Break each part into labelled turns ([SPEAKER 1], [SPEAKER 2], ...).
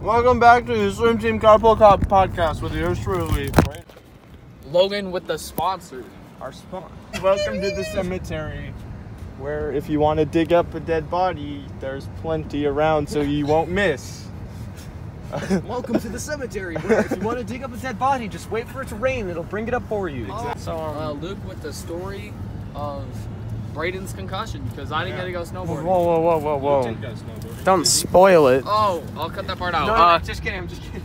[SPEAKER 1] Welcome back to the Swim Team Carpool Cop podcast with yours truly.
[SPEAKER 2] Logan with the sponsor.
[SPEAKER 1] Our sponsor. Welcome to the cemetery, where if you want to dig up a dead body, there's plenty around, so you won't miss.
[SPEAKER 3] Welcome to the cemetery. Where if you want to dig up a dead body, just wait for it to rain. It'll bring it up for you.
[SPEAKER 1] So,
[SPEAKER 2] Uh,
[SPEAKER 1] um,
[SPEAKER 2] Luke with the story of Braden's concussion because I didn't
[SPEAKER 1] Yeah.
[SPEAKER 2] get to go snowboarding.
[SPEAKER 3] whoa, whoa, whoa,
[SPEAKER 4] Don't spoil it.
[SPEAKER 2] Oh, I'll cut that part out.
[SPEAKER 3] No, no,
[SPEAKER 2] uh,
[SPEAKER 3] no, just kidding. I'm just kidding.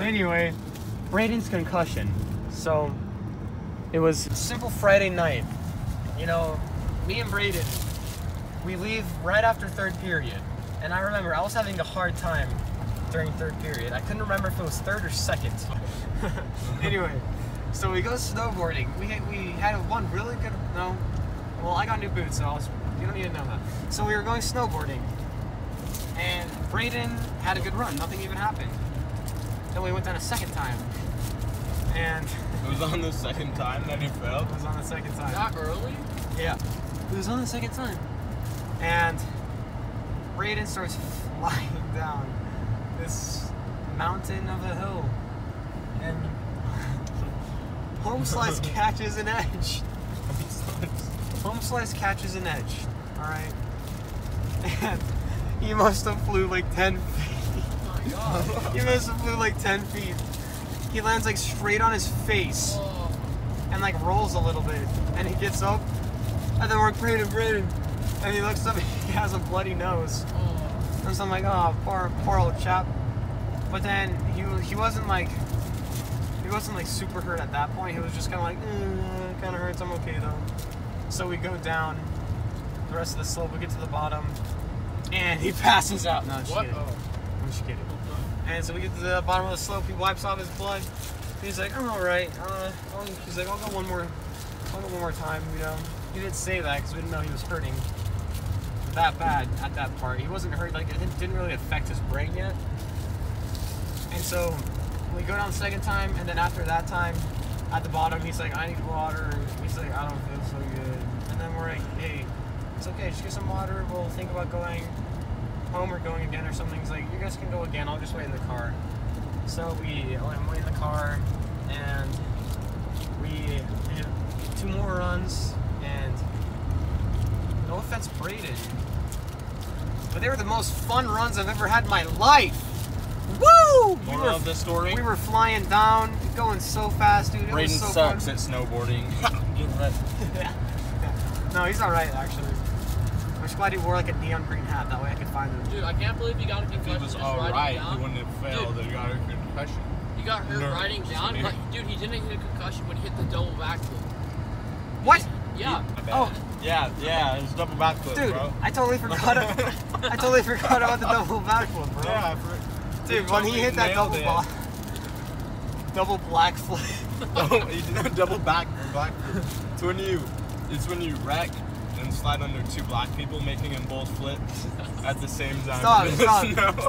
[SPEAKER 1] Anyway,
[SPEAKER 3] Braden's concussion. So,
[SPEAKER 4] It was
[SPEAKER 3] simple Friday night. You know, me and Braden, we leave right after third period. And I remember I was having a hard time during third period. I couldn't remember if it was third or second. anyway, so we go snowboarding. We had, we had one really good no. Well, I got new boots, so I was, you don't need to know that. So we were going snowboarding, and Braden had a good run. Nothing even happened. Then we went down a second time, and
[SPEAKER 1] it was on the second time that he fell.
[SPEAKER 3] it was on the second time.
[SPEAKER 2] not early.
[SPEAKER 3] Yeah. It was on the second time. And Raiden starts flying down this mountain of a hill. And Home Slice catches an edge. Home Slice catches an edge. Alright? And he must have flew like 10 feet. he must have flew like 10 feet. He lands like straight on his face
[SPEAKER 2] Oh,
[SPEAKER 3] and like rolls a little bit. And he gets up, and then we're Braden, Braden. And he looks up, he has a bloody nose.
[SPEAKER 2] oh.
[SPEAKER 3] And so I'm like, oh, poor, poor old chap. But then he wa- he wasn't like he wasn't like super hurt at that point. He was just kind of like, mm, kind of hurts. I'm okay though. So we go down the rest of the slope. We get to the bottom, and he passes out. No, I'm just
[SPEAKER 2] What?
[SPEAKER 3] kidding.
[SPEAKER 2] Oh.
[SPEAKER 3] I'm just kidding. And so we get to the bottom of the slope. He wipes off his blood. He's like, I'm all right. Uh, I'll- he's like, I'll go one more, I'll go one more time. You know, he didn't say that because we didn't know he was hurting that bad at that part. He wasn't hurt. Like it didn't- didn't really affect his brain yet. And so we go down the second time, and then after that time, at the bottom, he's like, I need water. He's like, I don't feel so good. And then we're like, hey, it's okay. Just get some water. We'll think about going home or going again or something. He's like, you guys can go again. I'll just wait in the car. So we let him wait in the car, and we did two more runs. And no offense, Braden, but they were the most fun runs I've ever had in my life. Woo! We
[SPEAKER 1] Moral
[SPEAKER 3] were-
[SPEAKER 1] of the story?
[SPEAKER 3] We were flying down, going so fast, dude. It
[SPEAKER 1] Braden
[SPEAKER 3] was so
[SPEAKER 1] sucks
[SPEAKER 3] Fun.
[SPEAKER 1] at snowboarding.
[SPEAKER 3] No, he's all right actually. I'm just glad he wore like a neon green hat. That way I could find him.
[SPEAKER 2] Dude, I can't believe you got a concussion.
[SPEAKER 1] he was
[SPEAKER 2] just
[SPEAKER 1] all
[SPEAKER 2] riding
[SPEAKER 1] right.
[SPEAKER 2] down.
[SPEAKER 1] He wouldn't have failed. He got a concussion.
[SPEAKER 2] You got hurt
[SPEAKER 1] No,
[SPEAKER 2] riding
[SPEAKER 1] just
[SPEAKER 2] down.
[SPEAKER 1] me.
[SPEAKER 2] Like, dude, he didn't hit a concussion when he hit the double backflip.
[SPEAKER 3] What?
[SPEAKER 2] Yeah.
[SPEAKER 3] Oh.
[SPEAKER 1] Yeah, yeah. It was double backflip,
[SPEAKER 3] Dude,
[SPEAKER 1] bro.
[SPEAKER 3] I totally forgot. I totally forgot about the double backflip, bro.
[SPEAKER 1] Yeah, I for-
[SPEAKER 3] Dude,
[SPEAKER 1] You
[SPEAKER 3] when he
[SPEAKER 1] totally
[SPEAKER 3] hit that
[SPEAKER 1] nailed
[SPEAKER 3] double
[SPEAKER 1] it.
[SPEAKER 3] block, double black flip.
[SPEAKER 1] Oh, you do a double back black. It's when you, it's when you wreck and slide under two black people, making them both flip at the same time.
[SPEAKER 3] Stop! Stop!
[SPEAKER 1] No.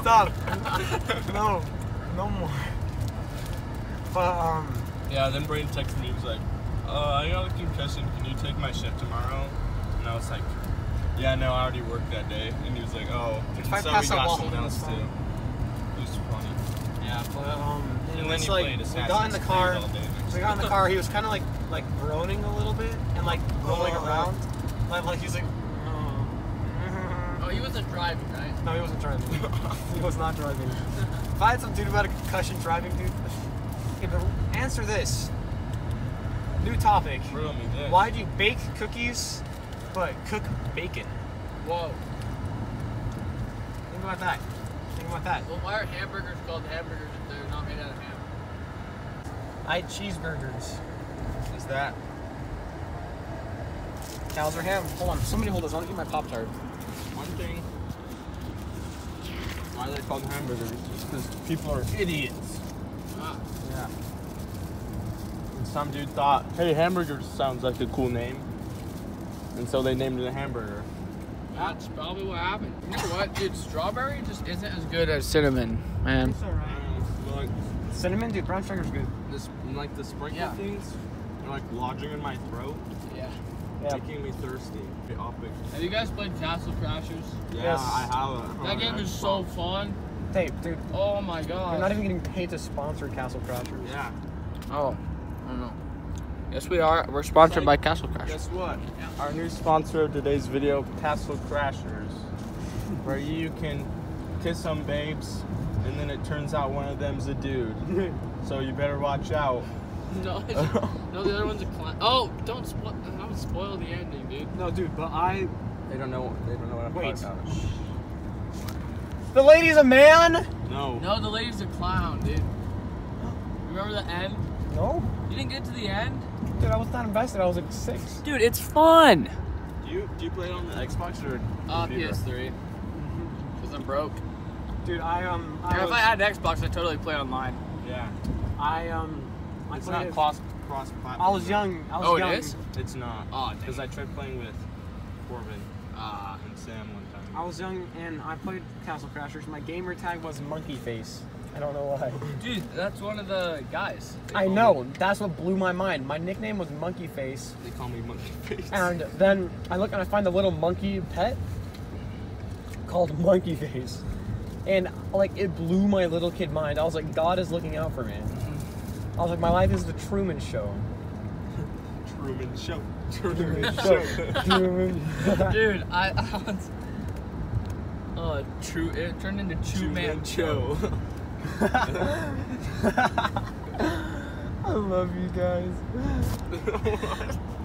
[SPEAKER 3] Stop! No, no more. But um,
[SPEAKER 1] Yeah. Then Braden texted me. He was like, uh, "I got a concussion. Can you take my shift tomorrow?" And I was like, "Yeah, no, I already worked that day." And he was like, "oh." And
[SPEAKER 3] If I
[SPEAKER 1] so
[SPEAKER 3] pass
[SPEAKER 1] we
[SPEAKER 3] out
[SPEAKER 1] got
[SPEAKER 3] while
[SPEAKER 1] someone
[SPEAKER 3] holding
[SPEAKER 1] else
[SPEAKER 3] this
[SPEAKER 1] too.
[SPEAKER 3] phone.
[SPEAKER 1] It was funny.
[SPEAKER 3] yeah, but um,
[SPEAKER 1] And then
[SPEAKER 3] it's
[SPEAKER 1] he
[SPEAKER 3] like
[SPEAKER 1] played
[SPEAKER 3] we
[SPEAKER 1] Assassin's
[SPEAKER 3] got in the
[SPEAKER 1] Creed
[SPEAKER 3] car.
[SPEAKER 1] all day.
[SPEAKER 3] We got in the car. He was kind of like like groaning a little bit and like rolling
[SPEAKER 1] Oh.
[SPEAKER 3] around. Like, like he's like. "Oh."
[SPEAKER 2] Oh, he wasn't driving, right?
[SPEAKER 3] No, he wasn't driving. he was not driving. If I had some dude who had a concussion driving, dude. Okay, but answer this. New topic.
[SPEAKER 1] Real me dick.
[SPEAKER 3] Why do you bake cookies but cook bacon?
[SPEAKER 2] Whoa.
[SPEAKER 3] Think about that. Think about that.
[SPEAKER 2] Well, why are hamburgers called hamburgers if they're not made out of ham?
[SPEAKER 3] I eat cheeseburgers.
[SPEAKER 1] is that?
[SPEAKER 3] Cows are ham. Hold on. Somebody hold this. I want to get my Pop Tart.
[SPEAKER 1] One thing. Why are they called hamburgers? Because people are idiots.
[SPEAKER 2] Ah.
[SPEAKER 3] Yeah.
[SPEAKER 1] And some dude thought, hey, hamburger sounds like a cool name. And so they named it a hamburger.
[SPEAKER 2] That's probably what happened. You know what, dude? Strawberry just isn't as good as cinnamon, man.
[SPEAKER 1] Like,
[SPEAKER 3] Cinnamon, dude. Brown sugar's good.
[SPEAKER 1] this, like the sprinkle
[SPEAKER 2] Yeah.
[SPEAKER 1] things, they're like lodging in my throat,
[SPEAKER 2] Yeah.
[SPEAKER 1] making me thirsty. Be off it.
[SPEAKER 2] Have you guys played Castle Crashers?
[SPEAKER 1] Yeah,
[SPEAKER 3] Yes.
[SPEAKER 2] Oh,
[SPEAKER 1] I have a.
[SPEAKER 2] That game is so fun.
[SPEAKER 3] Hey, dude,
[SPEAKER 2] Oh my god.
[SPEAKER 3] we're not even getting paid to sponsor Castle Crashers.
[SPEAKER 1] Yeah.
[SPEAKER 2] Oh, I don't know. Yes, we are. We're sponsored by Castle Crash.
[SPEAKER 1] Guess what? Our new sponsor of today's video, Castle Crashers, where you can kiss some babes, and then it turns out one of them's a dude. so you better watch out.
[SPEAKER 2] No, it's- no, the other one's a clown. Oh, don't spoil. Don't spoil the ending, dude.
[SPEAKER 3] No, dude, but I.
[SPEAKER 4] They don't know. They don't know what I'm
[SPEAKER 3] Wait.
[SPEAKER 4] talking about.
[SPEAKER 3] The lady's a man?
[SPEAKER 1] No.
[SPEAKER 2] No, the lady's a clown, dude. Remember the end?
[SPEAKER 3] No.
[SPEAKER 2] You didn't get to the end,
[SPEAKER 3] Dude, I was not invested. I was like six.
[SPEAKER 2] dude. It's fun.
[SPEAKER 1] Do you do you play it on the Xbox or
[SPEAKER 2] Uh,
[SPEAKER 1] computer?
[SPEAKER 2] PS3. Cause I'm broke.
[SPEAKER 3] Dude, I, um. I,
[SPEAKER 2] Yeah,
[SPEAKER 3] was,
[SPEAKER 2] if Mm-hmm. I had an Xbox, I'd totally play online.
[SPEAKER 1] Yeah.
[SPEAKER 3] I, um. I
[SPEAKER 1] It's
[SPEAKER 3] played
[SPEAKER 1] not
[SPEAKER 3] it-
[SPEAKER 1] cross cross platform.
[SPEAKER 3] I was young. I was
[SPEAKER 2] Oh, it
[SPEAKER 3] young.
[SPEAKER 2] is?
[SPEAKER 1] It's not.
[SPEAKER 2] Aw, dang.
[SPEAKER 1] Because I tried playing with Corbin
[SPEAKER 2] Ah,
[SPEAKER 1] and Sam one time.
[SPEAKER 3] I was young and I played Castle Crashers. My gamer tag was Monkey Face. I don't know why.
[SPEAKER 2] dude, that's one of the guys. They
[SPEAKER 3] I
[SPEAKER 2] call
[SPEAKER 3] know. That's what blew my mind. My nickname was Monkey Face.
[SPEAKER 1] They call me Monkey Face.
[SPEAKER 3] And then I look and I find the little monkey pet called Monkey Face. And like it blew my little kid mind. I was like, God is looking out for me. I was like, my life is the Truman Show.
[SPEAKER 1] Truman Show. Truman
[SPEAKER 3] So,
[SPEAKER 1] Show.
[SPEAKER 3] Truman.
[SPEAKER 2] me- Dude, I. I was, uh, true. It turned into Chew Man Show.
[SPEAKER 3] I love you guys.
[SPEAKER 1] What?